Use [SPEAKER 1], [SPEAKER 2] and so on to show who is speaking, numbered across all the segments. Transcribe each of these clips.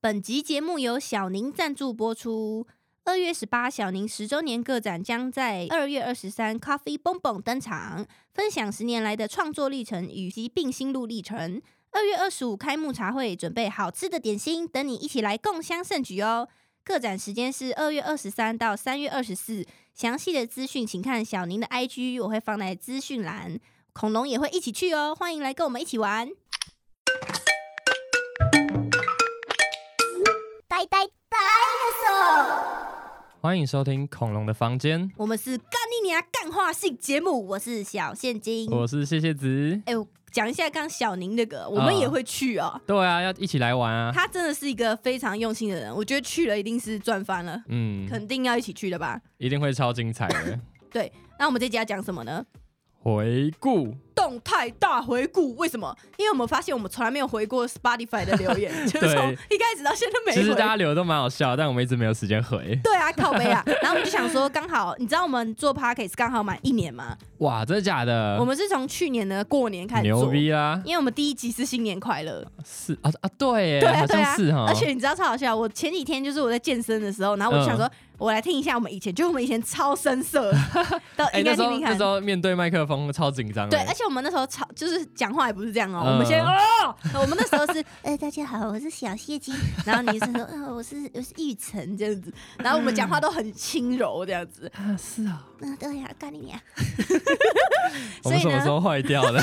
[SPEAKER 1] 本集节目由小宁赞助播出。二月十八，小宁十周年个展将在二月二十三 Coffee 蹦蹦登场，分享十年来的创作历程以及并心路历程。二月二十五开幕茶会，准备好吃的点心，等你一起来共襄盛举哦。个展时间是二月二十三到三月二十四，详细的资讯请看小宁的 IG，我会放在资讯栏。恐龙也会一起去哦，欢迎来跟我们一起玩。
[SPEAKER 2] 呆呆 dinosaur，
[SPEAKER 3] 欢迎收听《恐龙的房间》，
[SPEAKER 1] 我们是干你娘干话性节目，我是小现金。
[SPEAKER 3] 我是谢谢子。
[SPEAKER 1] 哎、我讲一下刚小宁那个，我们
[SPEAKER 3] 啊
[SPEAKER 1] 也会去哦。
[SPEAKER 3] 对啊，要一起来玩啊。
[SPEAKER 1] 他真的是一个非常用心的人，我觉得去了一定是赚翻了，
[SPEAKER 3] 嗯，
[SPEAKER 1] 肯定要一起去的吧？
[SPEAKER 3] 一定会超精彩的。
[SPEAKER 1] 那我们这集要讲什么呢？
[SPEAKER 3] 回顾，
[SPEAKER 1] 动态大回顾，为什么？因为我们发现我们从来没有回过 Spotify 的留 言，就是从一开始到现在都没
[SPEAKER 3] 其实
[SPEAKER 1] 回
[SPEAKER 3] 大。家留的都蛮好笑，但我们一直没有时间回。
[SPEAKER 1] 对啊，靠背 啊，然后我们就想说，刚好你知道我们做 podcast 刚好满一年嘛，
[SPEAKER 3] 哇，真的假的？
[SPEAKER 1] 我们是从去年的过年开始
[SPEAKER 3] 呃牛
[SPEAKER 1] 做，
[SPEAKER 3] 逼啦！
[SPEAKER 1] 因为我们第一集是新年快乐，
[SPEAKER 3] 是啊啊，对耶，
[SPEAKER 1] 对啊
[SPEAKER 3] 好
[SPEAKER 1] 对啊
[SPEAKER 3] 像是哈。
[SPEAKER 1] 而且你知道超好笑，我前几天就是我在健身的时候，然后我就
[SPEAKER 3] 嗯
[SPEAKER 1] 想说，我来听一下我们以前，就我们以前超生涩， 都
[SPEAKER 3] 哎、
[SPEAKER 1] 应该
[SPEAKER 3] 那时
[SPEAKER 1] 听
[SPEAKER 3] 候
[SPEAKER 1] 听
[SPEAKER 3] 那
[SPEAKER 1] 看
[SPEAKER 3] 时。候面对麦克风超紧张的。
[SPEAKER 1] 对，而且我们那时候超就是讲话也不是这样哦、
[SPEAKER 3] 嗯
[SPEAKER 1] 我们先哦，我们那时候是，
[SPEAKER 2] 呃，大家好，我是小谢金，
[SPEAKER 1] 然后你是说，呃，我是我是玉成这样子，然后我们讲话都很轻柔这样子，
[SPEAKER 3] 啊，是啊，
[SPEAKER 2] 嗯、对呀、干你娘！
[SPEAKER 3] 我
[SPEAKER 1] 所以呢
[SPEAKER 3] 们什么时候坏掉 的？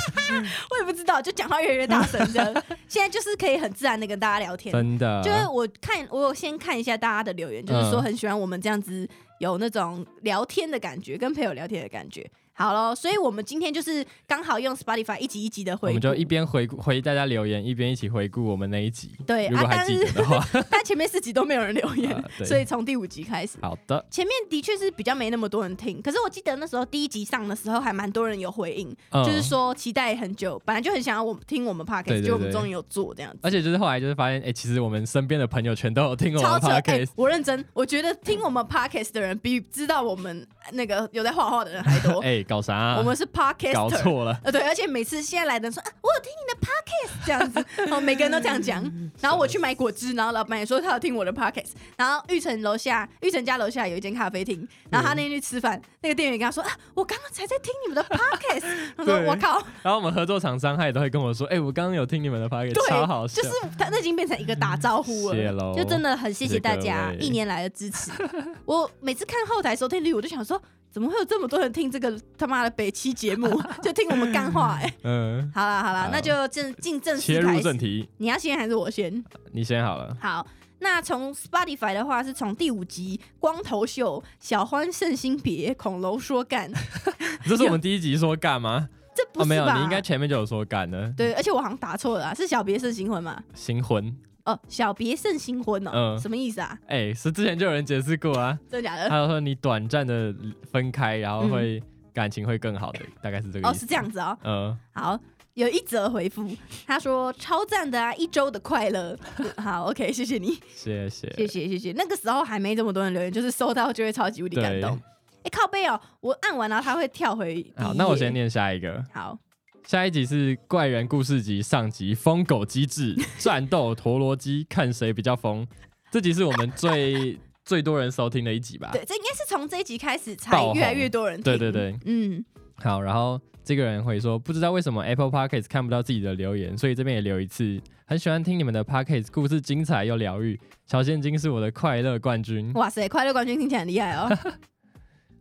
[SPEAKER 1] 我也不知道，就讲话越来越大声这 样，现在就是可以很自然的跟大家聊天，
[SPEAKER 3] 真的，
[SPEAKER 1] 就是我看我有先看一下大家的留言，就是
[SPEAKER 3] 嗯
[SPEAKER 1] 说很喜欢我们这样子有那种聊天的感觉，跟朋友聊天的感觉。好咯，所以我们今天就是刚好用 Spotify 一集一集的
[SPEAKER 3] 我
[SPEAKER 1] 回
[SPEAKER 3] 们
[SPEAKER 1] 顾
[SPEAKER 3] 就，一边回顾回大家留言，一边一起回顾我们那一集。
[SPEAKER 1] 对
[SPEAKER 3] 如
[SPEAKER 1] 啊
[SPEAKER 3] 果还
[SPEAKER 1] 但
[SPEAKER 3] 记
[SPEAKER 1] 是
[SPEAKER 3] 得的话，
[SPEAKER 1] 但前面四集都没有人留言，
[SPEAKER 3] 啊对
[SPEAKER 1] 所以从第五集开始，
[SPEAKER 3] 好的，
[SPEAKER 1] 前面的确是比较没那么多人听。可是我记得那时候第一集上的时候，还蛮多人有回应，
[SPEAKER 3] 嗯
[SPEAKER 1] 就是说期待很久，本来就很想要我们听我们 podcast，
[SPEAKER 3] 对对
[SPEAKER 1] 就我们
[SPEAKER 3] 对
[SPEAKER 1] 终于有做这样子。
[SPEAKER 3] 而且就是后来就是发现，哎、其实我们身边的朋友全都有听我们
[SPEAKER 1] 超扯！哎、
[SPEAKER 3] podcast，、
[SPEAKER 1] 我认真，我觉得听我们 podcast 的人比知道我们那个有在画画的人还多。
[SPEAKER 3] 哎、搞啥、
[SPEAKER 1] 我们是
[SPEAKER 3] 搞
[SPEAKER 1] podcaster，
[SPEAKER 3] 错了，
[SPEAKER 1] 呃，对，而且每次现在来的人说啊，我有听你的 podcast 这样 子，哦，每个人都这样讲。然后我去买果汁，然后老板也说他有听我的 podcast。然后玉成楼下，玉成家楼下有一间咖啡厅，然后他那天去吃饭，那个店员跟他说啊，我刚刚才在听你们的 podcast。他说
[SPEAKER 3] 对哎
[SPEAKER 1] 我靠，
[SPEAKER 3] 然后我们合作厂商他也都会跟我说，哎、我刚刚有听你们的 podcast，超好
[SPEAKER 1] 对，
[SPEAKER 3] 笑，
[SPEAKER 1] 就是他那已经变成一个打招呼
[SPEAKER 3] 谢
[SPEAKER 1] 了，
[SPEAKER 3] 喽
[SPEAKER 1] 就真的很谢谢大家
[SPEAKER 3] 谢谢各位
[SPEAKER 1] 一年来的支持。 我每次看后台收听率，我就想说，怎么会有这么多人听这个他妈的北七节目， 就听我们干话、哎，
[SPEAKER 3] 嗯，
[SPEAKER 1] 好啦好啦
[SPEAKER 3] 好，
[SPEAKER 1] 那就正进正
[SPEAKER 3] 切
[SPEAKER 1] 式
[SPEAKER 3] 入
[SPEAKER 1] 开
[SPEAKER 3] 正
[SPEAKER 1] 始。
[SPEAKER 3] 题，
[SPEAKER 1] 你要先还是我先？
[SPEAKER 3] 你先好了，
[SPEAKER 1] 好，那从 Spotify 的话，是从第五集《光头秀》《小欢圣心别》《恐龙说干》，
[SPEAKER 3] 这是我们第一集说干吗？
[SPEAKER 1] 这不
[SPEAKER 3] 哦，没
[SPEAKER 1] 是
[SPEAKER 3] 有，
[SPEAKER 1] 吧？
[SPEAKER 3] 你应该前面就有说干的，
[SPEAKER 1] 对，而且我好像打错了啊，是小别胜新婚嘛？
[SPEAKER 3] 新婚，
[SPEAKER 1] 哦，小别胜新婚哦，
[SPEAKER 3] 嗯
[SPEAKER 1] 什么意思啊？
[SPEAKER 3] 哎、是之前就有人解释过啊，
[SPEAKER 1] 真的假的？
[SPEAKER 3] 他说你短暂的分开，然后会、感情会更好的，大概是这个
[SPEAKER 1] 嗯哦，
[SPEAKER 3] 意
[SPEAKER 1] 是
[SPEAKER 3] 思，
[SPEAKER 1] 这样子哦。
[SPEAKER 3] 嗯，
[SPEAKER 1] 好，有一则回复，他说超赞的啊，一周的快乐。 好，OK，谢谢你，
[SPEAKER 3] 谢谢，
[SPEAKER 1] 谢谢谢谢。那个时候还没这么多人留言，就是收到就会超级无敌感动。哎、靠背哦，我按完然后他会跳回第一页。
[SPEAKER 3] 好，那我先念下一个。
[SPEAKER 1] 好，
[SPEAKER 3] 下一集是怪人故事集上集，疯狗机制战斗陀螺机，看谁比较疯。这集是我们最 最多人收听的一集吧？
[SPEAKER 1] 对，这应该是从这一集开始才
[SPEAKER 3] 啊爆红
[SPEAKER 1] 越来越多人听。
[SPEAKER 3] 对对对，
[SPEAKER 1] 嗯，
[SPEAKER 3] 好，然后这个人会说，不知道为什么 Apple Podcast 看不到自己的留言，所以这边也留一次。很喜欢听你们的 Podcast，故事精彩又疗愈。小现金是我的快乐冠军。
[SPEAKER 1] 哇塞，快乐冠军听起来很厉害 哦。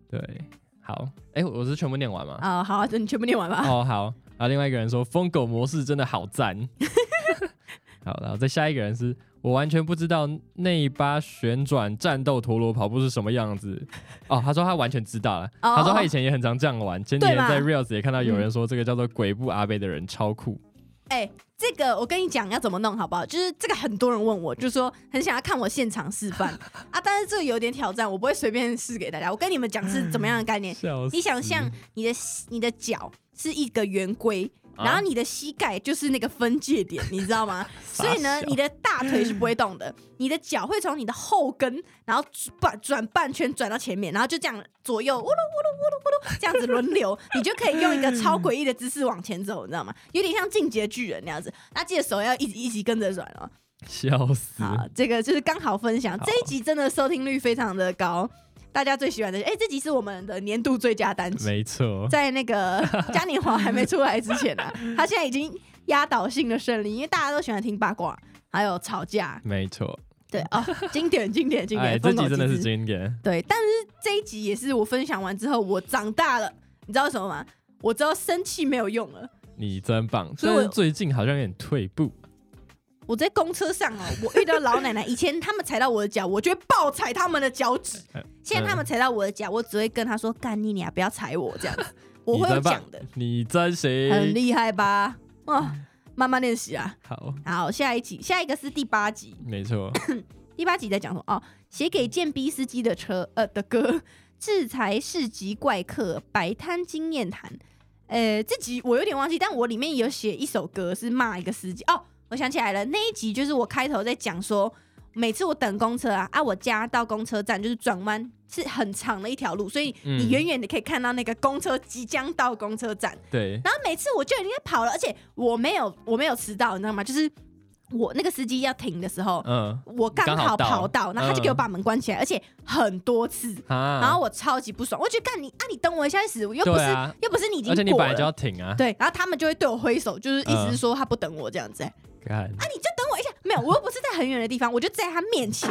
[SPEAKER 3] 对，好，哎，我是全部念完吗？
[SPEAKER 1] 哦，好、啊，那你全部念完吧。
[SPEAKER 3] 哦，好。然后另外一个人说疯狗模式真的好 赞。好，然后再下一个人是我完全不知道内八旋转战斗陀螺跑步是什么样子。哦，他说他完全知道了。
[SPEAKER 1] 哦
[SPEAKER 3] 他说他以前也很常这样玩。前几
[SPEAKER 1] 对
[SPEAKER 3] 天
[SPEAKER 1] 嘛嗯
[SPEAKER 3] 在 Reels 也看到有人说这个叫做鬼步阿贝的人超酷。
[SPEAKER 1] 哎、这个我跟你讲要怎么弄好不好？就是这个很多人问我，就说很想要看我现场示 范啊，但是这个有点挑战，我不会随便试给大家。我跟你们讲是怎么样的概念？
[SPEAKER 3] 笑死！
[SPEAKER 1] 你想象你的你的脚是一个圆规，
[SPEAKER 3] 啊
[SPEAKER 1] 然后你的膝盖就是那个分界点，你知道吗？
[SPEAKER 3] 傻
[SPEAKER 1] 所
[SPEAKER 3] 笑，
[SPEAKER 1] 以呢，你的大腿是不会动的，你的脚会从你的后跟，然后转转半圈转到前面，然后就这样左右呜噜呜噜呜噜呜噜这样子轮流，你就可以用一个超诡异的姿势往前走，你知道吗？有点像进阶巨人那样子，那记得手要一直一直跟着转哦。
[SPEAKER 3] 笑死！
[SPEAKER 1] 好，这个就是刚好分享
[SPEAKER 3] 嗯好
[SPEAKER 1] 这一集，真的收听率非常的高，大家最喜欢的。哎、这集是我们的年度最佳单集，
[SPEAKER 3] 没错，
[SPEAKER 1] 在那 个嘉年华还没出来之前啊，他现在已经压倒性的胜利，因为大家都喜欢听八卦，还有吵架。
[SPEAKER 3] 没错。
[SPEAKER 1] 对哦，经典经典经
[SPEAKER 3] 哎，
[SPEAKER 1] 典，
[SPEAKER 3] 这
[SPEAKER 1] 疯狗
[SPEAKER 3] 集真的
[SPEAKER 1] 集
[SPEAKER 3] 是
[SPEAKER 1] 资
[SPEAKER 3] 经典，
[SPEAKER 1] 对，但是这一集也是我分享完之后，我长大了，你知道什么吗？我知道生气没有用了。
[SPEAKER 3] 你真棒。
[SPEAKER 1] 所以
[SPEAKER 3] 虽
[SPEAKER 1] 我
[SPEAKER 3] 然最近好像有点退步，
[SPEAKER 1] 我在公车上 哦，我遇到老奶奶，以前他们踩到我的脚，我就会暴踩他们的脚趾
[SPEAKER 3] 嗯。
[SPEAKER 1] 现在他们踩到我的脚，我只会跟他说：“干你啊娘，不要踩我！”这样子，我
[SPEAKER 3] 你
[SPEAKER 1] 会有
[SPEAKER 3] 真棒
[SPEAKER 1] 讲的，
[SPEAKER 3] 你真
[SPEAKER 1] 很
[SPEAKER 3] 行。
[SPEAKER 1] 厉害吧？哇，慢慢练习啊。
[SPEAKER 3] 好，
[SPEAKER 1] 好，下一集，下一个是第八集，
[SPEAKER 3] 没错，
[SPEAKER 1] 第八集在讲什么？哦，写给贱逼司机的车呃的歌， 制裁市集怪客，摆摊经验谈。呃，这集我有点忘记，但我里面有写一首歌是骂一个司机。哦，我想起来了，那一集就是我开头在讲说，每次我等公车啊，啊，我家到公车站就是转弯是很长的一条路，所以
[SPEAKER 3] 嗯
[SPEAKER 1] 你远远的可以看到那个公车即将到公车站。
[SPEAKER 3] 对，
[SPEAKER 1] 然后每次我就已经在跑了，而且我没有我没有迟到，你知道吗？就是我那个司机要停的时候，
[SPEAKER 3] 嗯，
[SPEAKER 1] 我刚好跑到，
[SPEAKER 3] 刚好到嗯
[SPEAKER 1] 然后他就给我把门关起来，而且很多次，
[SPEAKER 3] 啊，
[SPEAKER 1] 然后我超级不爽，我觉得干你啊，你等我一下死，又不
[SPEAKER 3] 对
[SPEAKER 1] 是、
[SPEAKER 3] 啊
[SPEAKER 1] 又不是你已经
[SPEAKER 3] 而且你
[SPEAKER 1] 过
[SPEAKER 3] 本
[SPEAKER 1] 了，
[SPEAKER 3] 来就要挺啊，
[SPEAKER 1] 对，然后他们就会对我挥手，就是意思是说他不等我这
[SPEAKER 3] 嗯
[SPEAKER 1] 样子、欸
[SPEAKER 3] 干，
[SPEAKER 1] 啊，你就等我一下，没有，我又不是在很远的地方，我就在他面前，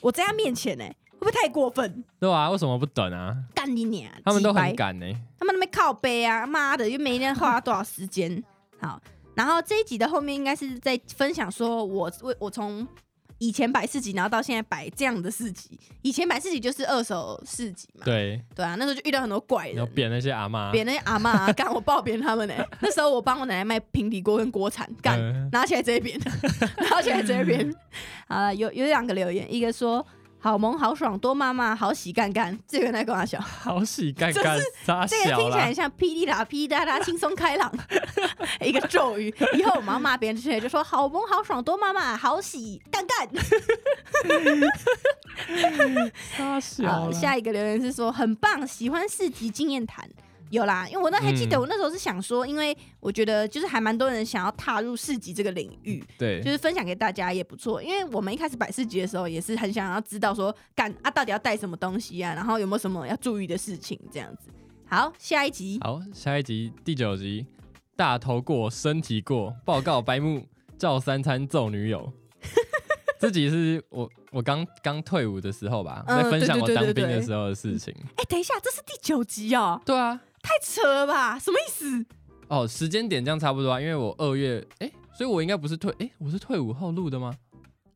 [SPEAKER 1] 我在他面前哎、欸会不会太过分？
[SPEAKER 3] 对啊，为什么不等啊？
[SPEAKER 1] 干你娘！
[SPEAKER 3] 他们都
[SPEAKER 1] 鸡
[SPEAKER 3] 很
[SPEAKER 1] 掰
[SPEAKER 3] 赶呢，
[SPEAKER 1] 他们那边靠背啊，妈的，又没人花多少时间。好，然后这一集的后面应该是在分享说我我我从以前摆市集，然后到现在摆这样的市集。以前摆市集就是二手市集嘛，
[SPEAKER 3] 对，
[SPEAKER 1] 对啊，那时候就遇到很多怪
[SPEAKER 3] 要
[SPEAKER 1] 人。
[SPEAKER 3] 扁那些阿妈，
[SPEAKER 1] 扁那些阿妈、啊，干我爆扁他们呢、那时候我帮我奶奶卖平底锅跟锅铲，干
[SPEAKER 3] 嗯
[SPEAKER 1] 拿起来直接 扁，拿起来直接扁。好了，有有两个留言，一个说好萌好爽，多妈妈好喜干干，这个在跟我笑。
[SPEAKER 3] 好喜干干傻
[SPEAKER 1] 这个
[SPEAKER 3] 小
[SPEAKER 1] 听起来
[SPEAKER 3] 啦
[SPEAKER 1] 很，像噼里啦噼里啦啦，轻松开朗 一个咒语。以后我们要骂别人之前就说好萌好爽多妈妈好喜干干。
[SPEAKER 3] 傻小
[SPEAKER 1] 好，
[SPEAKER 3] 啦，
[SPEAKER 1] 啊呃下一个留言是说很棒，喜欢四集经验谈。有啦，因为我那还记得，
[SPEAKER 3] 嗯
[SPEAKER 1] 我那时候是想说，因为我觉得就是还蛮多人想要踏入市集这个领域，
[SPEAKER 3] 嗯对
[SPEAKER 1] 就，是分享给大家也不错。因为我们一开始摆市集的时候，也是很想要知道说，干啊到底要带什么东西啊，然后有没有什么要注意的事情这样子。好，下一集
[SPEAKER 3] 好，下一集第九集，大头过，身体过，报告白目，照三餐揍女 友。这集是我我刚刚退伍的时候吧，
[SPEAKER 1] 嗯
[SPEAKER 3] 在分享我
[SPEAKER 1] 对对
[SPEAKER 3] 当
[SPEAKER 1] 对对
[SPEAKER 3] 兵
[SPEAKER 1] 对
[SPEAKER 3] 的时候的事情。
[SPEAKER 1] 哎、等一下，这是第九集哦，
[SPEAKER 3] 对啊，
[SPEAKER 1] 太扯了吧？什么意思？
[SPEAKER 3] 哦，时间点这样差不多啊，因为我二月，哎，所以我应该不是退，哎，我是退伍后录的吗？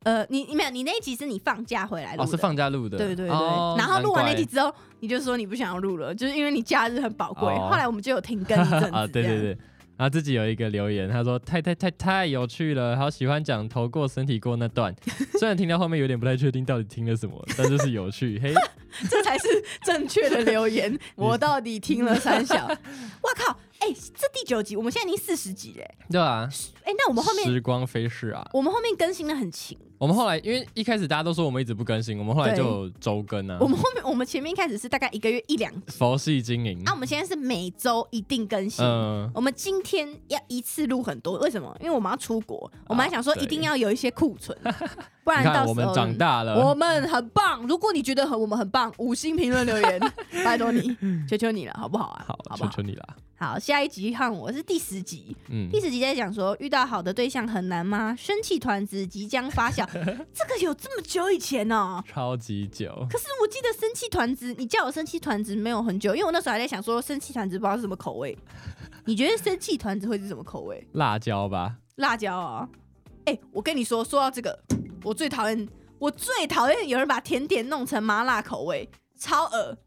[SPEAKER 1] 呃，你你没有，你那一集是你放假回来录的，
[SPEAKER 3] 哦，是放假录的。
[SPEAKER 1] 对对对，
[SPEAKER 3] 哦
[SPEAKER 1] 然后录完那 集
[SPEAKER 3] 难
[SPEAKER 1] 之后，你就说你不想要录了，就是因为你假日很宝贵。
[SPEAKER 3] 哦
[SPEAKER 1] 后来我们就有停更一阵
[SPEAKER 3] 怪
[SPEAKER 1] 子，
[SPEAKER 3] 啊，对对，对。然后自己有一个留言，他说太太太太有趣了，好喜欢讲头过身体过 那段，虽然听到后面有点不太确定到底听了什么，但就是有趣， 嘿，
[SPEAKER 1] 这才是正确的留 言。我到底听了三小，哇靠！哎、这第九集，我们现在已经四十集嘞。
[SPEAKER 3] 对啊，
[SPEAKER 1] 哎、那我们后面
[SPEAKER 3] 时光飞逝啊！
[SPEAKER 1] 我们后面更新的很勤，
[SPEAKER 3] 我们后来因为一开始大家都说我们一直不更新，我们后来
[SPEAKER 1] 对
[SPEAKER 3] 就有周更啊
[SPEAKER 1] 我，们后面我们前面一开始是大概一个月一两集，
[SPEAKER 3] 佛系经营
[SPEAKER 1] 啊，。我们现在是每周一定更新。
[SPEAKER 3] 嗯，
[SPEAKER 1] 我们今天要一次录很多，为什么？因为我们要出国，我们还想说
[SPEAKER 3] 啊对
[SPEAKER 1] 一定要有一些库 存，不
[SPEAKER 3] 你
[SPEAKER 1] 然到时
[SPEAKER 3] 看
[SPEAKER 1] 候
[SPEAKER 3] 我们长大
[SPEAKER 1] 我
[SPEAKER 3] 了，
[SPEAKER 1] 们很棒。如果你觉得很我们很棒，五星评论留 言，拜托你，求求你了，好不好啊？
[SPEAKER 3] 好，
[SPEAKER 1] 好不
[SPEAKER 3] 求
[SPEAKER 1] 好？
[SPEAKER 3] 求你啦。
[SPEAKER 1] 好，下一集看我是第十集，
[SPEAKER 3] 嗯
[SPEAKER 1] 第，十集在讲说遇到好的对象很难吗？生气团子即将发 酵，这个有这么久以前哦、
[SPEAKER 3] 超级久，
[SPEAKER 1] 可是我记得生气团子，你叫我生气团子没有很久，因为我那时候还在想说生气团子不知道是什么口味。 你觉得生气团子会是什么口味？
[SPEAKER 3] 辣椒吧，
[SPEAKER 1] 辣椒啊、哎、我跟你说，说到这个，我最讨厌，我最讨厌有人把甜点弄成麻辣口味，超恶。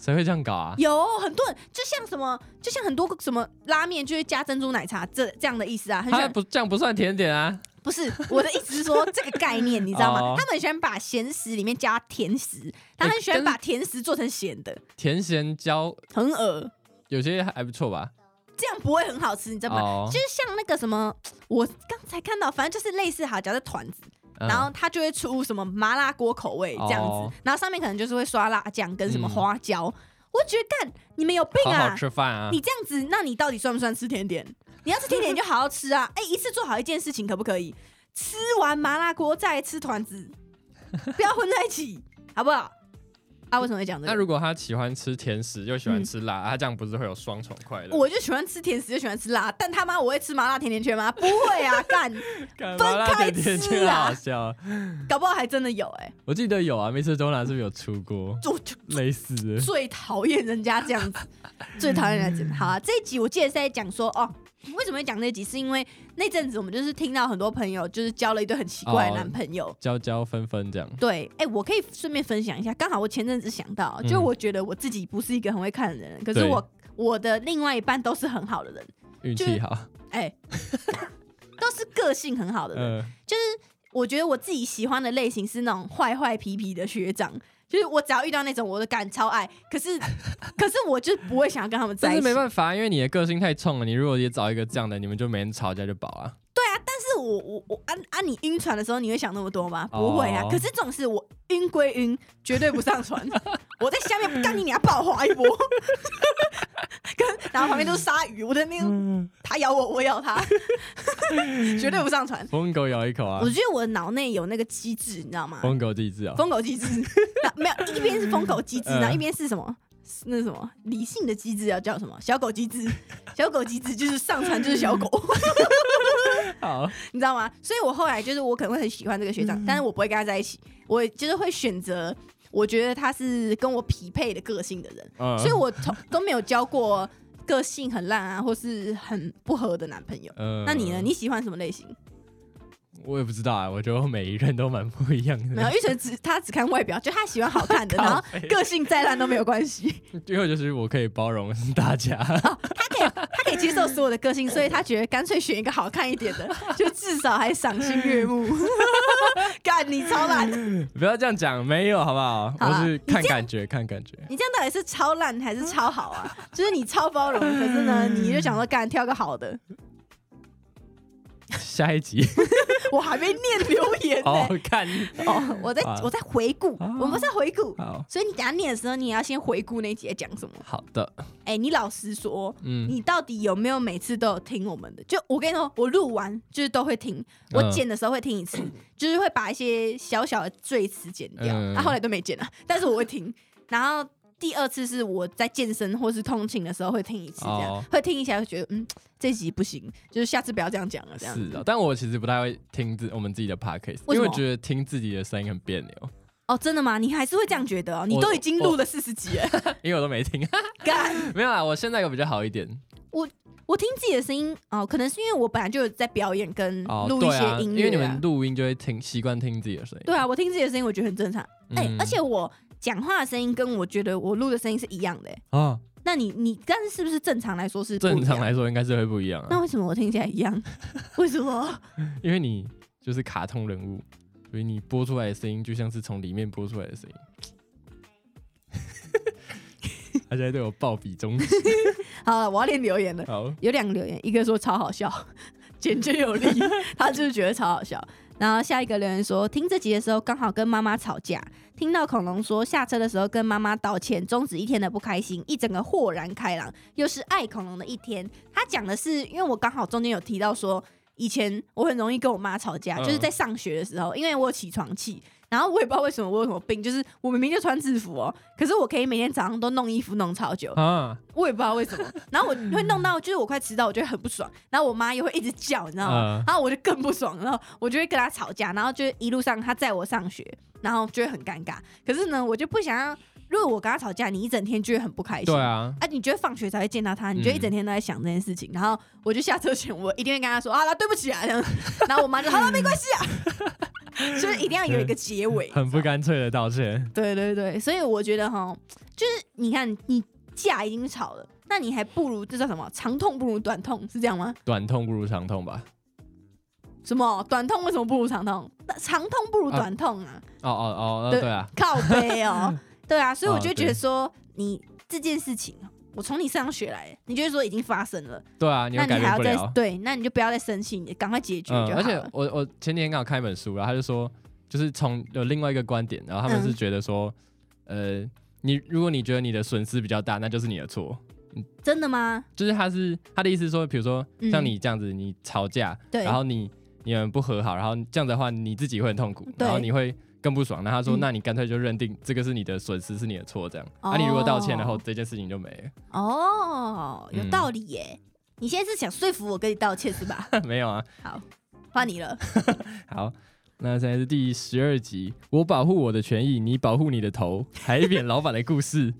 [SPEAKER 3] 谁会这样搞啊？
[SPEAKER 1] 有很多人就像什么，就像很多个什么拉面就会加珍珠奶茶这这样的意思啊，很喜
[SPEAKER 3] 它
[SPEAKER 1] 欢
[SPEAKER 3] 不这样不算甜点啊，
[SPEAKER 1] 不是我的意思是说这个概念，你知道吗？
[SPEAKER 3] 哦
[SPEAKER 1] 他们很喜欢把咸食里面加甜食，他很喜欢
[SPEAKER 3] 但
[SPEAKER 1] 把
[SPEAKER 3] 是
[SPEAKER 1] 甜食做成咸的，
[SPEAKER 3] 甜咸椒
[SPEAKER 1] 很恶。
[SPEAKER 3] 有些还不错吧？
[SPEAKER 1] 这样不会很好吃，你知道吗？
[SPEAKER 3] 哦
[SPEAKER 1] 就是像那个什么，我刚才看到，反正就是类似好，假设团子，
[SPEAKER 3] 嗯
[SPEAKER 1] 然后它就会出什么麻辣锅口味这样子，
[SPEAKER 3] 哦
[SPEAKER 1] 然后上面可能就是会刷辣酱跟什么
[SPEAKER 3] 嗯
[SPEAKER 1] 花椒。我觉得干你们有病
[SPEAKER 3] 好
[SPEAKER 1] 啊！
[SPEAKER 3] 好吃饭啊
[SPEAKER 1] 你，这样 子，那你到底算不算吃甜点？你要吃甜点，你就好好吃啊！哎、一次做好一件事情可不可以？吃完麻辣锅再吃团 子，不要混在一起，好不好？啊，为什么会讲这
[SPEAKER 3] 那
[SPEAKER 1] 个？
[SPEAKER 3] 如果他喜欢吃甜食又喜欢吃辣，他这样不是会有双重快乐？
[SPEAKER 1] 我就喜欢吃甜食，就喜欢吃辣，但他妈我会吃麻辣甜甜圈吗？不会啊，干，
[SPEAKER 3] 干
[SPEAKER 1] 分
[SPEAKER 3] 嘛辣
[SPEAKER 1] 开
[SPEAKER 3] 点甜
[SPEAKER 1] 吃
[SPEAKER 3] 圈
[SPEAKER 1] 啊
[SPEAKER 3] 好笑啊。
[SPEAKER 1] 搞不好还真的有哎、
[SPEAKER 3] 我记得有啊，梅次周娜是不是有出过
[SPEAKER 1] 我就
[SPEAKER 3] 类似的？
[SPEAKER 1] 最讨厌人家这样 子，最讨厌人家这样。好啊，这一集我记得是在讲说哦，为什么会讲这一集？是因为那阵子我们就是听到很多朋友就是交了一对很奇怪的
[SPEAKER 3] 哦
[SPEAKER 1] 男朋友。
[SPEAKER 3] 娇娇纷纷这样，
[SPEAKER 1] 对，哎、我可以顺便分享一下，刚好我前阵子想到，就
[SPEAKER 3] 嗯
[SPEAKER 1] 我觉得我自己不是一个很会看的人，可是
[SPEAKER 3] 对
[SPEAKER 1] 我我的另外一半都是很好的人，
[SPEAKER 3] 运
[SPEAKER 1] 就
[SPEAKER 3] 气好，
[SPEAKER 1] 哎、 都是个性很好的人。
[SPEAKER 3] 嗯、
[SPEAKER 1] 我觉得我自己喜欢的类型是那种坏坏皮皮的学长，就是我只要遇到那种，我都敢超爱。可是，可是我就不会想要跟他们在
[SPEAKER 3] 但
[SPEAKER 1] 一
[SPEAKER 3] 是
[SPEAKER 1] 起。
[SPEAKER 3] 没办法，因为你的个性太冲了。你如果也找一个这样的，你们就每天吵架就饱啊了。
[SPEAKER 1] 是我我我啊啊！你晕船的时候你会想那么多吗？不会啊。
[SPEAKER 3] 哦
[SPEAKER 1] 可是这种事我晕归晕，绝对不上船。我在下面干你娘，爆滑一波。 跟然后旁边都是鲨鱼，我在那边
[SPEAKER 3] 嗯
[SPEAKER 1] 他咬我，我咬他， 绝对不上 船。
[SPEAKER 3] 疯狗咬一口啊
[SPEAKER 1] 我，觉得我脑内有那个机制，你知道吗？
[SPEAKER 3] 疯狗 机制啊，
[SPEAKER 1] 疯狗机制，那没有一边是疯狗机制，
[SPEAKER 3] 嗯
[SPEAKER 1] 然后一边是什么？那什么理性的机制要叫什么？小狗机制，小狗机制 就是上船就是小狗。
[SPEAKER 3] 好，
[SPEAKER 1] 你知道吗？所以我后来就是我可能会很喜欢这个学长，但是我不会跟他在一起，我就是会选择我觉得他是跟我匹配的个性的人，
[SPEAKER 3] 嗯
[SPEAKER 1] 所以我从都没有交过个性很烂啊，或是很不合的男朋友。
[SPEAKER 3] 呃
[SPEAKER 1] 那你呢？你喜欢什么类型？
[SPEAKER 3] 我也不知道啊，我觉得我每一任都蛮不一样的。
[SPEAKER 1] 没有，玉成只他只看外表，就他喜欢好看的，然后个性再烂都没有关系，
[SPEAKER 3] 因为就是我可以包容大家，
[SPEAKER 1] 他可以接受所有的个性，所以他觉得干脆选一个好看一点的，就至少还赏心悦 目。干你超烂，
[SPEAKER 3] 不要这样讲，没有好不好？
[SPEAKER 1] 好啦
[SPEAKER 3] 我是看感觉，看感觉。
[SPEAKER 1] 你这样到底是超烂还是超好啊？就是你超包容，可是呢，你就想说干挑个好的，
[SPEAKER 3] 下 一集
[SPEAKER 1] 我还没念留言呢、
[SPEAKER 3] 好好看，
[SPEAKER 1] 哦，我在
[SPEAKER 3] 啊
[SPEAKER 1] 我在回顾，
[SPEAKER 3] 啊
[SPEAKER 1] 我们是在回顾，
[SPEAKER 3] 好
[SPEAKER 1] 所以你等一下念的时候，你也要先回顾那一集在讲什么。
[SPEAKER 3] 好的，
[SPEAKER 1] 哎、你老实说，
[SPEAKER 3] 嗯，
[SPEAKER 1] 你到底有没有每次都有听我们的？就我跟你说，我录完就是都会听，我
[SPEAKER 3] 嗯
[SPEAKER 1] 剪的时候会听 一次，就是会把一些小小的赘词剪掉，
[SPEAKER 3] 嗯
[SPEAKER 1] 啊， 后来都没剪了，但是我会听。然后第二次是我在健身或是通勤的时候会听一次，这样、
[SPEAKER 3] 哦
[SPEAKER 1] 会听一下，就觉得嗯，这集不行，就是下次不要这样讲了，这样
[SPEAKER 3] 是啊，但我其实不太会听自我们自己的 podcast，
[SPEAKER 1] 为什么
[SPEAKER 3] 因为我觉得听自己的声音很别扭，
[SPEAKER 1] 哦，真的吗？你还是会这样觉得哦？你
[SPEAKER 3] 我
[SPEAKER 1] 都已经录了四十集了，
[SPEAKER 3] 因为我都没听。
[SPEAKER 1] 干！
[SPEAKER 3] 没有啦，我现在有比较好一点，
[SPEAKER 1] 我听自己的声音哦，可能是因为我本来就有在表演跟
[SPEAKER 3] 哦，
[SPEAKER 1] 录一
[SPEAKER 3] 对
[SPEAKER 1] 些
[SPEAKER 3] 啊，
[SPEAKER 1] 音
[SPEAKER 3] 因
[SPEAKER 1] 乐、
[SPEAKER 3] 为你们录音就会听习惯听自己的声音。
[SPEAKER 1] 对啊，我听自己的声音，我觉得很正常。哎、
[SPEAKER 3] 嗯
[SPEAKER 1] 而且我讲话的声音跟我觉得我录的声音是一样的、欸。
[SPEAKER 3] 啊，
[SPEAKER 1] 那你你但是是不是正常来说是不一样
[SPEAKER 3] 正常？来说应该是会不一样
[SPEAKER 1] 那
[SPEAKER 3] 啊，
[SPEAKER 1] 为什么我听起来一样？ 为什么？
[SPEAKER 3] 因为你就是卡通人物，所以你播出来的声音就像是从里面播出来的声音。 他现在对我暴毙中指，
[SPEAKER 1] 好了，我要念留言了。
[SPEAKER 3] 好，
[SPEAKER 1] 有两个留言，一个说超好笑，简洁有力，他就是觉得超好笑。然后下一个留言说，听这集的时候刚好跟妈妈吵架，听到恐龙说下车的时候跟妈妈道歉，终止一天的不开心，一整个豁然开朗，又是爱恐龙的一天。他讲的是，因为我刚好中间有提到说，以前我很容易跟我妈吵架，
[SPEAKER 3] 嗯
[SPEAKER 1] 就是在上学的时候，因为我有起床气。然后我也不知道为什么我有什么病，就是我明明就穿制服哦，可是我可以每天早上都弄衣服弄超久，
[SPEAKER 3] 啊，
[SPEAKER 1] 我也不知道为什么。 然后我会弄到，就是我快迟到，我就会很不爽。然后我妈又会一直叫，你知道吗？
[SPEAKER 3] 嗯
[SPEAKER 1] 然后我就更不爽，然后我就会跟她吵架，然后就一路上她载我上学，然后就会很尴尬。可是呢，我就不想要，如果我跟她吵架，你一整天就会很不开心。
[SPEAKER 3] 对。啊，
[SPEAKER 1] 啊！你觉得放学才会见到她，你就
[SPEAKER 3] 嗯
[SPEAKER 1] 一整天都在想这件事情。然后我就下车前，我一定会跟她说：“啊，对不起啊。”这样，然后我妈就：“好了，没关 系啊。” 就是一定要有一个结尾，
[SPEAKER 3] 很不干脆的道歉，
[SPEAKER 1] 对对对，所以我觉得哈，就是你看你架已经吵了，那你还不如这叫什么？长痛不如短痛，是这样吗？
[SPEAKER 3] 短痛不如长痛吧。
[SPEAKER 1] 什么短痛为什么不如长痛？那长痛不如短痛啊，
[SPEAKER 3] 哦哦哦，
[SPEAKER 1] 对
[SPEAKER 3] 呃对啊，
[SPEAKER 1] 靠背 哦，对啊，所以我就
[SPEAKER 3] 啊
[SPEAKER 1] 觉得
[SPEAKER 3] 对
[SPEAKER 1] 说，你这件事情，我从你身上学来，你就会说已经发生了，
[SPEAKER 3] 对啊，你
[SPEAKER 1] 那
[SPEAKER 3] 又
[SPEAKER 1] 你
[SPEAKER 3] 改
[SPEAKER 1] 还要
[SPEAKER 3] 变不
[SPEAKER 1] 再
[SPEAKER 3] 了。
[SPEAKER 1] 对，那你就不要再生气，你赶快解决
[SPEAKER 3] 嗯，
[SPEAKER 1] 就好
[SPEAKER 3] 而且
[SPEAKER 1] 了。
[SPEAKER 3] 我我前几天刚好看一本书，然后他就说，就是从有另外一个观点，然后他们
[SPEAKER 1] 嗯
[SPEAKER 3] 是觉得说，呃，你如果你觉得你的损失比较大，那就是你的错。
[SPEAKER 1] 真的吗？
[SPEAKER 3] 就是他是他的意思是说，比如说
[SPEAKER 1] 嗯
[SPEAKER 3] 像你这样子，你吵架，
[SPEAKER 1] 对
[SPEAKER 3] 然后你你们不和好，然后这样子的话你自己会很痛苦，
[SPEAKER 1] 对
[SPEAKER 3] 然后你会更不爽。那他说，
[SPEAKER 1] 嗯
[SPEAKER 3] 那你干脆就认定这个是你的损失，是你的错，这样。
[SPEAKER 1] 哦
[SPEAKER 3] 啊，你如果道歉，然后 这件事情就没了。
[SPEAKER 1] 哦，有
[SPEAKER 3] 嗯
[SPEAKER 1] 道理耶。你现在是想说服我跟你道歉是吧？
[SPEAKER 3] 没有啊，
[SPEAKER 1] 换你 了。
[SPEAKER 3] 好，那现在是第十二集，我保护我的权益，你保护你的头，海扁老板的故 事。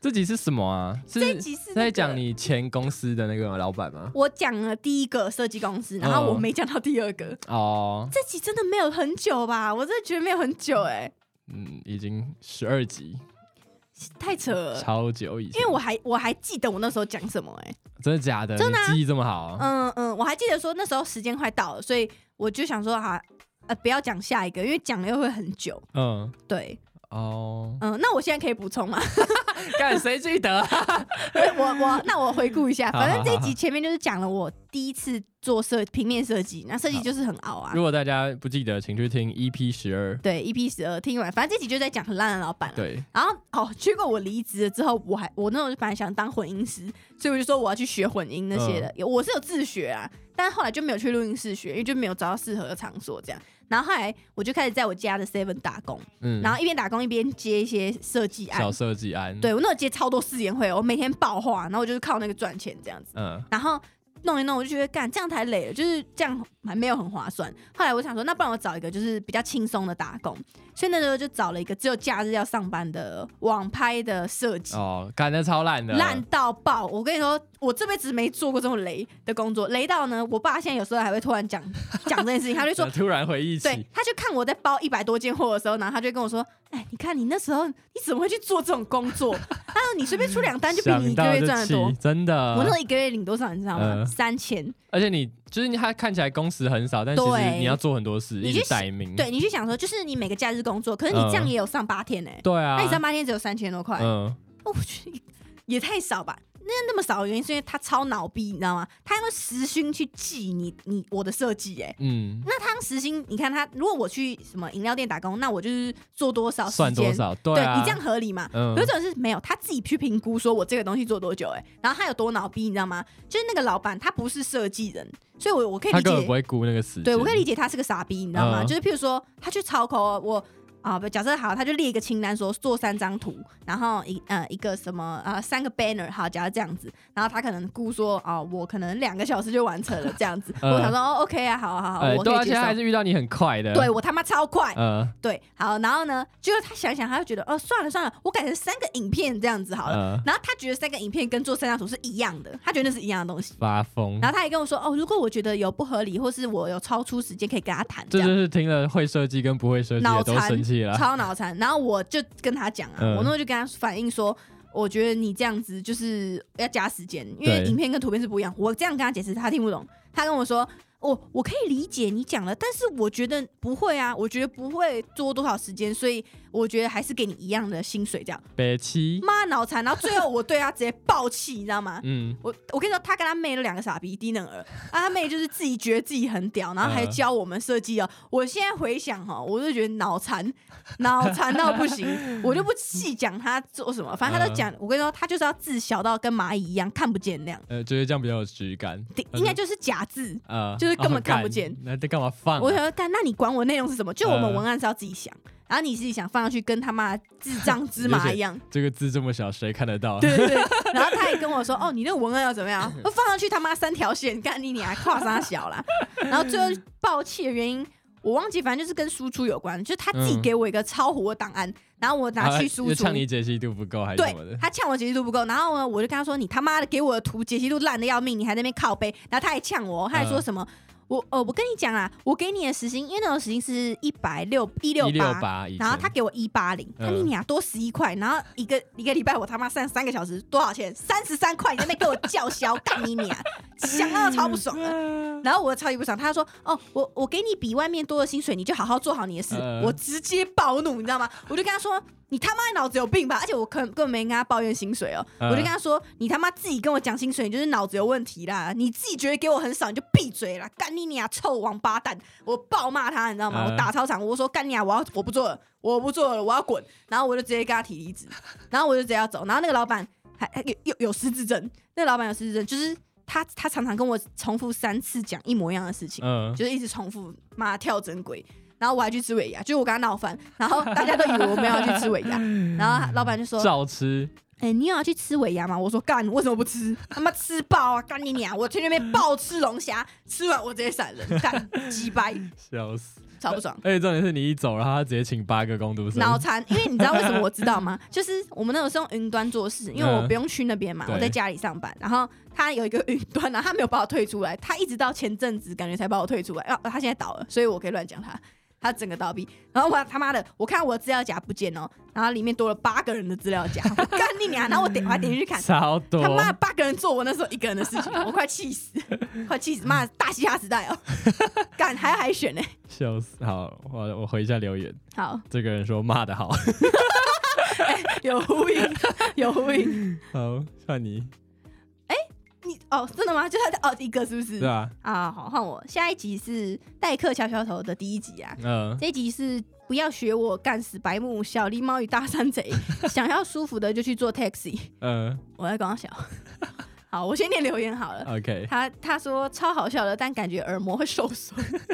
[SPEAKER 3] 这集是什么啊？是
[SPEAKER 1] 这一集是那个
[SPEAKER 3] 在讲你前公司的那个老板吗？
[SPEAKER 1] 我讲了第一个设计公司，然后我
[SPEAKER 3] 嗯
[SPEAKER 1] 没讲到第二个。
[SPEAKER 3] 哦，
[SPEAKER 1] 这集真的没有很久吧？我真的觉得没有很久哎、
[SPEAKER 3] 嗯，已经十二集，
[SPEAKER 1] 太扯了。
[SPEAKER 3] 超久以前。
[SPEAKER 1] 因为我还我还记得我那时候讲什么哎、
[SPEAKER 3] 真的假的？
[SPEAKER 1] 真的啊
[SPEAKER 3] 你记忆这么好？
[SPEAKER 1] 嗯嗯，我还记得说那时候时间快到了，所以我就想说啊，呃，不要讲下一个，因为讲了又会很久。
[SPEAKER 3] 嗯，
[SPEAKER 1] 对，
[SPEAKER 3] 哦，
[SPEAKER 1] 嗯，那我现在可以补充吗？
[SPEAKER 3] 干谁记得 啊？
[SPEAKER 1] 我我那我回顾一下，
[SPEAKER 3] 好
[SPEAKER 1] 反正这一
[SPEAKER 3] 好
[SPEAKER 1] 集
[SPEAKER 3] 好
[SPEAKER 1] 前面就是讲了我第一次做设平面设计，那设计就是很熬啊
[SPEAKER 3] 如。果大家不记得，请去听 EP 十二。
[SPEAKER 1] 对，EP 十二听完，反正这集就在讲很烂的老板啊。
[SPEAKER 3] 对，
[SPEAKER 1] 然后哦，结果我离职了之后，我还我那时候本来想当混音师，所以我就说我要去学混音那些的。
[SPEAKER 3] 嗯
[SPEAKER 1] 有我是有自学啊，但后来就没有去录音室学，因为就没有找到适合的场所这样。然后后来我就开始在我家的 Seven 打工，
[SPEAKER 3] 嗯，
[SPEAKER 1] 然后一边打工一边接一些设计案
[SPEAKER 3] 小。设计案，，
[SPEAKER 1] 对我那时候接超多试验会，我每天爆画，然后我就是靠那个赚钱这样子。
[SPEAKER 3] 嗯，
[SPEAKER 1] 然后弄一弄，我就觉得干这样太累了，就是这样还没有很划算。后来我想说，那不然我找一个就是比较轻松的打工，所以那时候就找了一个只有假日要上班的网拍的设计。
[SPEAKER 3] 哦，干的超烂的，
[SPEAKER 1] 烂到爆！我跟你说，我这辈子没做过这种雷的工作，雷到呢，我爸现在有时候还会突然讲讲这件事情，他就 说，
[SPEAKER 3] 突然回忆起，
[SPEAKER 1] 对，他就看我在包一百多件货的时候，然后他就跟我说，哎，你看你那时候你怎么会去做这种工作？ 他说你随便出两单就比你一
[SPEAKER 3] 想
[SPEAKER 1] 个
[SPEAKER 3] 到
[SPEAKER 1] 月
[SPEAKER 3] 就
[SPEAKER 1] 赚的
[SPEAKER 3] 气
[SPEAKER 1] 多。
[SPEAKER 3] 真的。
[SPEAKER 1] 我那时候一个月领多少，你知道吗？
[SPEAKER 3] 嗯
[SPEAKER 1] 三千。
[SPEAKER 3] 而且你就是你，他看起来工时很少，但其
[SPEAKER 1] 对
[SPEAKER 3] 实你要做很多事，
[SPEAKER 1] 你
[SPEAKER 3] 一
[SPEAKER 1] 去
[SPEAKER 3] 直待命。
[SPEAKER 1] 对你去想说，就是你每个假日工作，可是你这样也有上八天呢、欸
[SPEAKER 3] 对啊，
[SPEAKER 1] 那你上八天只有三千多块，哦
[SPEAKER 3] 嗯，
[SPEAKER 1] 我去也太少吧？那那么少的原因是因为他超脑逼，你知道吗？他用时薪去记你你我的设计，哎，
[SPEAKER 3] 嗯
[SPEAKER 1] 那他用时薪，你看他如果我去什么饮料店打工，那我就是做多少时
[SPEAKER 3] 算
[SPEAKER 1] 间
[SPEAKER 3] 多，少？
[SPEAKER 1] 对
[SPEAKER 3] 对啊，
[SPEAKER 1] 你这样合理吗？
[SPEAKER 3] 嗯
[SPEAKER 1] 有种是没有，他自己去评估说我这个东西做多久、哎，然后他有多脑逼，你知道吗？就是那个老板他不是设计人，所以我我可以
[SPEAKER 3] 他
[SPEAKER 1] 理
[SPEAKER 3] 根本
[SPEAKER 1] 解
[SPEAKER 3] 不，会估那个时间。
[SPEAKER 1] 对我可以理解他是个傻逼，你知道吗？
[SPEAKER 3] 嗯
[SPEAKER 1] 就是譬如说，他去操控我啊，不，假设好，他就列一个清单说做三张图，然后一呃一个什么啊、呃、三个 banner，好，假如这样子，然后他可能估说啊、我可能两个小时就完成了这样子，
[SPEAKER 3] 嗯
[SPEAKER 1] 我想说哦 OK 啊，好好好，
[SPEAKER 3] 呃，
[SPEAKER 1] 我
[SPEAKER 3] 对啊，
[SPEAKER 1] 可
[SPEAKER 3] 而
[SPEAKER 1] 以
[SPEAKER 3] 且
[SPEAKER 1] 接
[SPEAKER 3] 他还
[SPEAKER 1] 受。
[SPEAKER 3] 是遇到你很快的。
[SPEAKER 1] 对，我他妈超快，
[SPEAKER 3] 呃
[SPEAKER 1] 对，好，然后呢，结果他想一想，他就觉得，哦，算了算了，我改成三个影片这样子好了。
[SPEAKER 3] 呃，
[SPEAKER 1] 然后他觉得三个影片跟做三张图是一样的，他觉得那是一样的东西。
[SPEAKER 3] 发疯。
[SPEAKER 1] 然后他还跟我说，哦，如果我觉得有不合理，或是我有超出时间，可以跟他谈。这
[SPEAKER 3] 这
[SPEAKER 1] 样。
[SPEAKER 3] 就是听了会设计跟不会设计
[SPEAKER 1] 脑
[SPEAKER 3] 的都
[SPEAKER 1] 残
[SPEAKER 3] 生气了。
[SPEAKER 1] 超脑残。然后我就跟他讲啊，
[SPEAKER 3] 嗯
[SPEAKER 1] 我那时候就跟他反映说，我觉得你这样子就是要加时间，因为
[SPEAKER 3] 对
[SPEAKER 1] 影片跟图片是不一样。我这样跟他解释，他听不懂。他跟我说，我、我可以理解你讲了，但是我觉得不会啊，我觉得不会多多少时间，所以我觉得还是给你一样的薪水这样。
[SPEAKER 3] 北七，
[SPEAKER 1] 妈脑残！然后最后我对他直接爆气，你知道吗？
[SPEAKER 3] 嗯，
[SPEAKER 1] 我我跟你说，他跟他妹都两个傻逼低能儿啊，他妹就是自己觉得自己很屌，然后
[SPEAKER 3] 嗯
[SPEAKER 1] 还教我们设计哦。我现在回想哈、哦，我就觉得脑残， 脑残到不行，我就不细讲他做什么，反正
[SPEAKER 3] 嗯
[SPEAKER 1] 他都讲。我跟你说，他就是要字小到跟蚂蚁一样看不见那样，
[SPEAKER 3] 呃，觉得这样比较有质感。
[SPEAKER 1] 应该就是假字。
[SPEAKER 3] 呃，
[SPEAKER 1] 就是根本
[SPEAKER 3] 哦
[SPEAKER 1] 看不
[SPEAKER 3] 干
[SPEAKER 1] 见
[SPEAKER 3] 那在干嘛放啊？
[SPEAKER 1] 我想说，干，那你管我内容是什么？就我们
[SPEAKER 3] 嗯
[SPEAKER 1] 文案是要自己想，然后你自己想放上去，跟他妈智障芝
[SPEAKER 3] 你就
[SPEAKER 1] 麻
[SPEAKER 3] 写
[SPEAKER 1] 一样。
[SPEAKER 3] 这个字这么小，谁看得到？ 啊
[SPEAKER 1] 对对对，然后他也跟我说，哦，你那个文案要怎么样？我放上去他妈三条线，干你你还跨啥小 啦？然后最后爆气的原因。我忘记，反正就是跟输出有关，就是他自己
[SPEAKER 3] 嗯
[SPEAKER 1] 给我一个超火的档案，然后我拿
[SPEAKER 3] 啊
[SPEAKER 1] 去输
[SPEAKER 3] 就
[SPEAKER 1] 出
[SPEAKER 3] 呛，你解析度不够还是
[SPEAKER 1] 对
[SPEAKER 3] 什么的？
[SPEAKER 1] 他呛我解析度不够，然后呢，我就跟他说：“你他妈的给我的图解析度烂的要命，你还在那边靠背。”然后他还呛我，他还
[SPEAKER 3] 嗯
[SPEAKER 1] 说什么：“我呃，我跟你讲啊，我给你的时薪，因为那种时薪是一百六一六
[SPEAKER 3] 一六
[SPEAKER 1] 八，
[SPEAKER 3] 八，以前
[SPEAKER 1] 然后他给我一八零，他
[SPEAKER 3] 嗯
[SPEAKER 1] 你俩多十一块，然后一个一个礼拜我他妈上三个小时多少钱？三十三块，你在那边给我叫嚣，干你俩，想到超不爽的。 然后我超级不爽，他说：“哦，我我给你比外面多的薪水，你就好好做好你的事。
[SPEAKER 3] 嗯
[SPEAKER 1] 我直接暴怒，你知道吗？我就跟他说：“你他妈脑子有病吧！”而且我可根本没跟他抱怨薪水哦，
[SPEAKER 3] 嗯
[SPEAKER 1] 我就跟他说：“你他妈自己跟我讲薪水，你就是脑子有问题啦！你自己觉得给我很少，你就闭嘴啦！干你俩臭王八蛋！”我暴骂他，你知道吗？
[SPEAKER 3] 嗯
[SPEAKER 1] 我打操场，我说干你啊！我要我不做了，我不做了，我要滚！然后我就直接跟他提离职，然后我就直接要走。然后那个老板还还有有有失智症，那个老板有失智症，就是他他常常跟我重复三次讲一模一样的事情，
[SPEAKER 3] 嗯，
[SPEAKER 1] 就是一直重复妈跳针鬼，然后我还去吃尾牙，就是我跟他闹翻，然后大家都以为我没有要去吃尾牙，然后老板就说
[SPEAKER 3] 照吃，
[SPEAKER 1] 哎、你有要去吃尾牙吗？我说干，为什么不吃？他妈吃爆啊！干你娘！我去那边暴吃龙虾，吃完我直接闪人，干鸡掰，
[SPEAKER 3] 笑死。
[SPEAKER 1] 超不爽。
[SPEAKER 3] 而且重点是你一走，然后他直接请八个工读生，
[SPEAKER 1] 脑残，因为你知道为什么我知道吗？ 就是我们那个时候用云端做事，因为我
[SPEAKER 3] 嗯
[SPEAKER 1] 不用去那边嘛，
[SPEAKER 3] 对
[SPEAKER 1] 我在家里上班。然后他有一个云端啊，然后他没有把我退出来，他一直到前阵子感觉才把我退出来。啊，他现在倒了，所以我可以乱讲他，他整个倒闭。然后我他妈的，我看我的资料夹不见哦，然后里面多了八个人的资料 夹，我干你娘！然后我点我还点进去看，
[SPEAKER 3] 超多
[SPEAKER 1] 他，妈的八个人做我那时候一个人的事情，我快 气死，快气死！妈的，大嘻哈时代哦，敢还海选呢、欸
[SPEAKER 3] 笑死。好，我我回一下留言，
[SPEAKER 1] 好，
[SPEAKER 3] 这个人说骂的好，
[SPEAKER 1] 有呼应，有呼应。
[SPEAKER 3] 好，算你，
[SPEAKER 1] 你哦，真的吗？就他哦，一个是不是？
[SPEAKER 3] 对啊，
[SPEAKER 1] 啊，好，换我。下一集是代课小小头的第一集啊，
[SPEAKER 3] 嗯，
[SPEAKER 1] 这一集是不要学我干死白目小狸猫与大山贼， 想要舒服的就去坐 taxi。
[SPEAKER 3] 嗯
[SPEAKER 1] 我在刚小， 好，我先念留言好了。
[SPEAKER 3] ，OK，
[SPEAKER 1] 他他说超好笑的，但感觉耳膜会受损。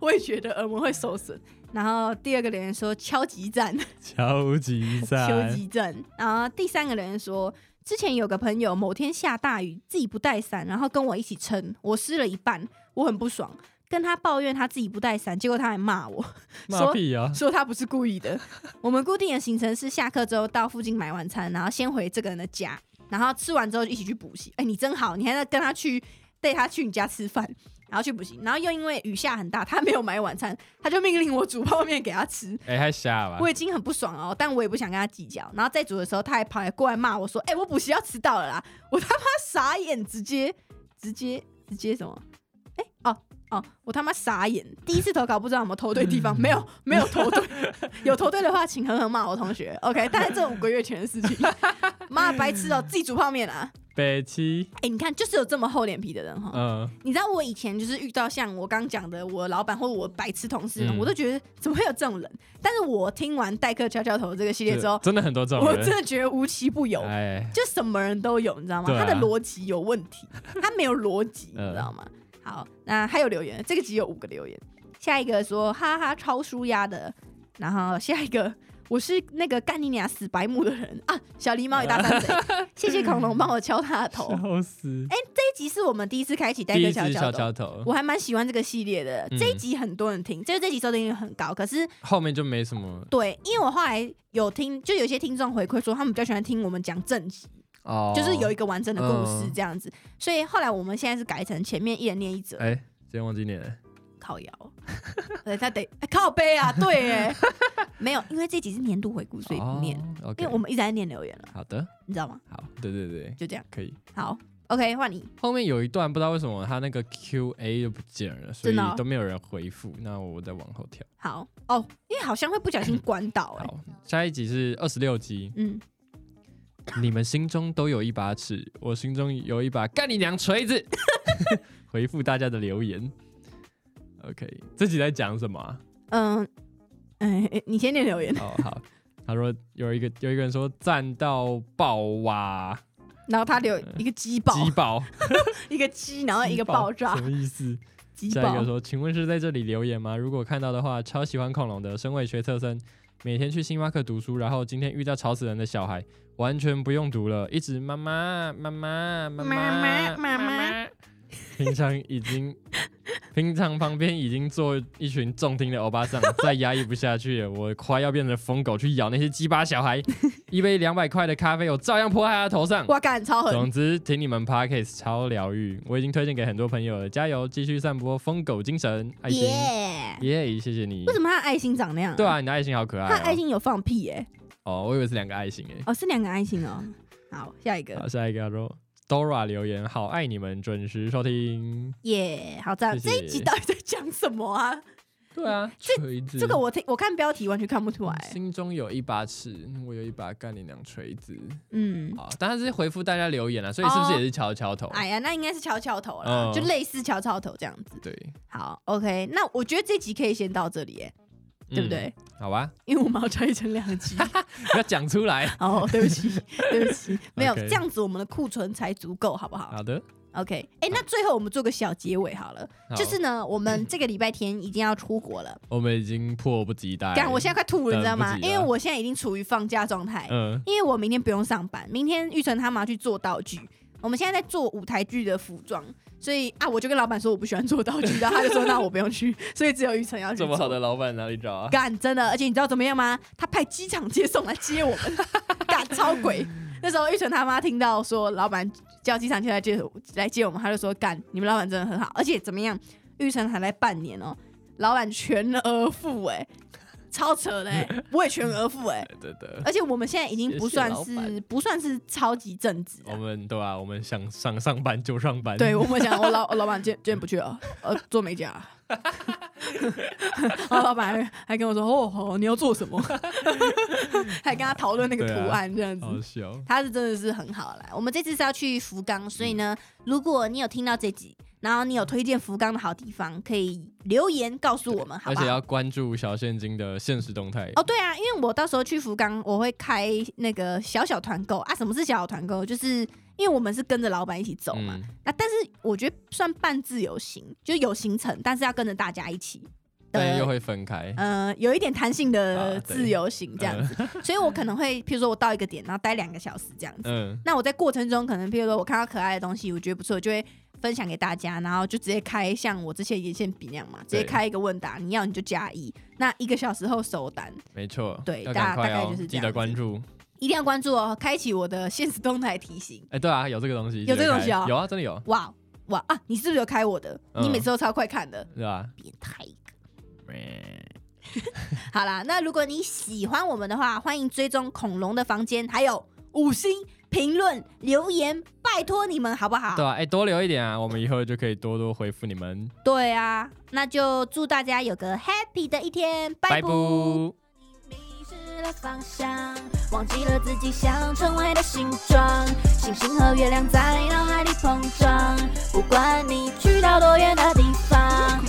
[SPEAKER 1] 我也觉得耳膜会受损。然后第二个留言说敲击战，
[SPEAKER 3] 超级
[SPEAKER 1] 敲
[SPEAKER 3] 赞，
[SPEAKER 1] 击战。然后第三个留言说，之前有个朋友某天下大雨，自己不带伞，然后跟我一起撑，我湿了一半，我很不爽，跟他抱怨他自己不带伞，结果他还骂我。
[SPEAKER 3] 骂屁啊，
[SPEAKER 1] 说他不是故意的。我们固定的行程是下课之后到附近买晚餐，然后先回这个人的家，然后吃完之后一起去补习。哎、你真好，你还在跟他去带他去你家吃饭，然后去补习，然后又因为雨下很大，他没有买晚餐，他就命令我煮泡面给他吃。
[SPEAKER 3] 哎，还瞎吧
[SPEAKER 1] 我，已经很不爽了哦，但我也不想跟他计较。然后在煮的时候，他还跑来过来骂我说：“哎、我补习要迟到了啦！” 我他妈傻眼，直接直接直接什么？哎、哦哦，我他妈傻眼，第一次投稿不知道有没有投对地方，没有没有投对， 有投对的话请狠狠骂我同学。OK，但是这五个月前的事情，妈白痴哦，自己煮泡面啊！
[SPEAKER 3] 北七，
[SPEAKER 1] 哎、你看就是有这么厚脸皮的人哈、
[SPEAKER 3] 嗯，
[SPEAKER 1] 你知道我以前就是遇到像我刚讲的，我老板或我白痴同事们，
[SPEAKER 3] 嗯
[SPEAKER 1] 我都觉得怎么会有这种人？但是我听完代课敲敲头这个系列之后，
[SPEAKER 3] 真的很多这种
[SPEAKER 1] 我
[SPEAKER 3] 人
[SPEAKER 1] 真，的觉得无奇不有，
[SPEAKER 3] 哎，
[SPEAKER 1] 就什么人都有，你知道吗？
[SPEAKER 3] 对啊
[SPEAKER 1] 他的逻辑有问题，他没有逻辑，你
[SPEAKER 3] 嗯
[SPEAKER 1] 知道吗？好，那还有留言，这个集有五个留言，下一个说哈哈超舒压的，然后下一个。我是那个干你俩死白目的人啊！小狸猫与大山 贼，谢谢恐龙帮我敲他的头。
[SPEAKER 3] 笑死，
[SPEAKER 1] 这一集是我们第一次开启代
[SPEAKER 3] 第
[SPEAKER 1] 课
[SPEAKER 3] 一
[SPEAKER 1] 敲
[SPEAKER 3] 次
[SPEAKER 1] 敲
[SPEAKER 3] 敲
[SPEAKER 1] 头，
[SPEAKER 3] 敲头，
[SPEAKER 1] 我还蛮喜欢这个系列的。
[SPEAKER 3] 嗯
[SPEAKER 1] 这一集很多人听，就是这集收听率很高。可是
[SPEAKER 3] 后面就没什么
[SPEAKER 1] 对，因为我后来有听，就有些听众回馈说，他们比较喜欢听我们讲正集，
[SPEAKER 3] 哦，
[SPEAKER 1] 就是有一个完整的故事
[SPEAKER 3] 嗯
[SPEAKER 1] 这样子。所以后来我们现在是改成前面一人念一 则，
[SPEAKER 3] 哎，直接忘记念了，
[SPEAKER 1] 靠摇，对，他得、哎靠背啊，对，哎，没有，因为这集是年度回顾，所以不念，
[SPEAKER 3] 哦，OK，
[SPEAKER 1] 因为我们一直在念留言了，
[SPEAKER 3] 好的，
[SPEAKER 1] 你知道吗？
[SPEAKER 3] 好，对对对，
[SPEAKER 1] 就这样，
[SPEAKER 3] 可以。
[SPEAKER 1] 好，OK，换你，
[SPEAKER 3] 后面有一段不知道为什么他那个 Q&A 就不见了，所以
[SPEAKER 1] 真的哦
[SPEAKER 3] 都没有人回复。那我再往后跳。
[SPEAKER 1] 好哦，因为好像会不 小心关到、哎，
[SPEAKER 3] 好，下一集是二十六集。
[SPEAKER 1] 嗯，
[SPEAKER 3] 你们心中都有一把尺，我心中有一把干你娘锤子。 回复大家的留言。OK，这集在讲什么啊、
[SPEAKER 1] 嗯，哎、你先念留言，
[SPEAKER 3] 哦，好，他说有一个有一个人说赞到爆哇，
[SPEAKER 1] 然后他留一个鸡爆，
[SPEAKER 3] 嗯
[SPEAKER 1] 啊
[SPEAKER 3] 鸡爆，
[SPEAKER 1] 一个鸡，然后一个爆炸
[SPEAKER 3] 什，么意思？
[SPEAKER 1] 鸡
[SPEAKER 3] 下一
[SPEAKER 1] 爆
[SPEAKER 3] 个，说，请问是在这里留言吗？如果看到的话，超喜欢恐龙的。身为学测生，每天去星巴克读书，然后今天遇到吵死人的小孩，完全不用读了，一直妈妈妈妈妈妈
[SPEAKER 1] 妈妈妈
[SPEAKER 3] 妈。平常已经，平常旁边已经坐一群重听的欧巴桑，再压抑不下去了，我快要变成疯狗去咬那些鸡巴小孩。一杯两百块的咖啡，我照样泼在他头上。
[SPEAKER 1] 哇，干超狠，
[SPEAKER 3] 总之，听你们 podcast 超疗愈，我已经推荐给很多朋友了，加油，继续散播疯狗精神，爱心，
[SPEAKER 1] 耶！
[SPEAKER 3] 耶谢谢你
[SPEAKER 1] 为。什么他的爱心长那样？
[SPEAKER 3] 对，啊，你的爱心好可爱、哦。
[SPEAKER 1] 他的爱心有放屁耶、
[SPEAKER 3] 哦，我以为是两个爱心诶。
[SPEAKER 1] 哦，是两个爱心哦。好，下一
[SPEAKER 3] 好，
[SPEAKER 1] 个
[SPEAKER 3] 下一个叫做 Dora 留言，好爱你们，准时收听。
[SPEAKER 1] 耶好赞！
[SPEAKER 3] 谢
[SPEAKER 1] 这
[SPEAKER 3] 谢
[SPEAKER 1] 一集到底在讲什么啊？
[SPEAKER 3] 对啊，锤子，
[SPEAKER 1] 这个我听我看标题完全看不出来。
[SPEAKER 3] 心中有一把尺，我有一把干你娘锤子。
[SPEAKER 1] 嗯，
[SPEAKER 3] 好，当然是回复大家留言了，啊所以是不是也是敲敲头？
[SPEAKER 1] 哦
[SPEAKER 3] 啊
[SPEAKER 1] 哎呀，那应该是敲敲头啦，
[SPEAKER 3] 嗯
[SPEAKER 1] 就类似敲敲头这样子。
[SPEAKER 3] 对，
[SPEAKER 1] 好，OK，那我觉得这集可以先到这里耶、
[SPEAKER 3] 嗯
[SPEAKER 1] 对不对？
[SPEAKER 3] 好吧，
[SPEAKER 1] 因为我们要拆成两 集。
[SPEAKER 3] 不要讲出来。
[SPEAKER 1] 哦，对不起，对不起，没有
[SPEAKER 3] OK
[SPEAKER 1] 这样子，我们的库存才足够， 好不好
[SPEAKER 3] 好的，
[SPEAKER 1] ？OK，哎、那最后我们做个小结尾好了，
[SPEAKER 3] 好
[SPEAKER 1] 就是呢，我们这个礼拜天已经要出国了，
[SPEAKER 3] 我们已经迫不及待。
[SPEAKER 1] 干，我现在快吐了，你知道吗？
[SPEAKER 3] 哎等不及
[SPEAKER 1] 因
[SPEAKER 3] 了
[SPEAKER 1] 为我现在已经处于放假状态，
[SPEAKER 3] 嗯，
[SPEAKER 1] 因为我明天不用上班，明天玉成他们要去做道具，我们现在在做舞台剧的服装，所以啊，我就跟老板说我不喜欢做道具，然后他就 说那我不用去，所以只有玉成要去
[SPEAKER 3] 这
[SPEAKER 1] 做。
[SPEAKER 3] 么好的老板哪 里找啊？
[SPEAKER 1] 干真的，而且你知道怎么样吗？他派机场接送来接我 们，干超鬼。那时候玉成他妈听到说老板叫机场接来接来接我们，他就说干，你们老板真的很好，而且怎么样？玉成还来半年哦，老板全额付 哎、超扯嘞、我也全额付 哎、
[SPEAKER 3] 对的，
[SPEAKER 1] 而且我们现在已经不
[SPEAKER 3] 谢谢
[SPEAKER 1] 算
[SPEAKER 3] 老
[SPEAKER 1] 是
[SPEAKER 3] 板
[SPEAKER 1] 不算是超级正直
[SPEAKER 3] 我
[SPEAKER 1] 啊。
[SPEAKER 3] 们对吧？我们想上上班就上班。
[SPEAKER 1] 对，我们想我老我老板今天今天不去了，呃，做美 甲啊。然后老板还还跟我说：“哦，好，你要做什么？” 还跟他讨论那个
[SPEAKER 3] 对啊
[SPEAKER 1] 图案这样子。
[SPEAKER 3] 好笑。
[SPEAKER 1] 他是真的是很好啦。我们这次是要去福冈，所以呢，
[SPEAKER 3] 嗯
[SPEAKER 1] 如果你有听到这集，然后你有推荐福冈的好地方，可以留言告诉我们，好
[SPEAKER 3] 而
[SPEAKER 1] 不
[SPEAKER 3] 且
[SPEAKER 1] 好？
[SPEAKER 3] 要关注小现金的现实动态
[SPEAKER 1] 哦，对啊，因为我到时候去福冈，我会开那个小小团购啊。什么是小小团购？就是因为我们是跟着老板一起走嘛。
[SPEAKER 3] 嗯
[SPEAKER 1] 那、但是我觉得算半自由行，就是有行程，但是要跟着大家一起。
[SPEAKER 3] 但又
[SPEAKER 1] 的，
[SPEAKER 3] 会分开。
[SPEAKER 1] 呃，有一点弹性的
[SPEAKER 3] 啊对嗯
[SPEAKER 1] 自由行这样子， 所以我可能会，譬如说我到一个点，然后待两个小时这样子。
[SPEAKER 3] 嗯，
[SPEAKER 1] 那我在过程中，可能譬如说我看到可爱的东西，我觉得不错，就会分享给大家，然后就直接开像我之前眼线笔那样嘛，直接
[SPEAKER 3] 对
[SPEAKER 1] 开一个问答，你要你就加一，那一个小时后收单。
[SPEAKER 3] 没错。
[SPEAKER 1] 对
[SPEAKER 3] 要
[SPEAKER 1] 大
[SPEAKER 3] 赶快
[SPEAKER 1] 大概
[SPEAKER 3] 哦
[SPEAKER 1] 就是这
[SPEAKER 3] 记
[SPEAKER 1] 样
[SPEAKER 3] 得
[SPEAKER 1] 子
[SPEAKER 3] 关注。
[SPEAKER 1] 一定要关注哦，开启我的现实动态提醒。
[SPEAKER 3] 哎，对啊，有这个东西，
[SPEAKER 1] 有这个东西
[SPEAKER 3] 啊
[SPEAKER 1] 哦，
[SPEAKER 3] 有啊，真的有，
[SPEAKER 1] 哇哇啊！你是不是有开我的？
[SPEAKER 3] 嗯
[SPEAKER 1] 你每次都超快看的，
[SPEAKER 3] 对吧？
[SPEAKER 1] 变态。好啦，那如果你喜欢我们的话，欢迎追踪恐龙的房间，还有五星评论留言，拜托你们好不好？
[SPEAKER 3] 对啊，哎，多留一点啊，我们以后就可以多多回复你们。
[SPEAKER 1] 对啊，那就祝大家有个 happy 的一天，拜拜。
[SPEAKER 3] 拜。
[SPEAKER 2] 迷失了方向，忘记了自己想成为的形状。星星和月亮在脑海里碰撞，不管你去到多远的地方，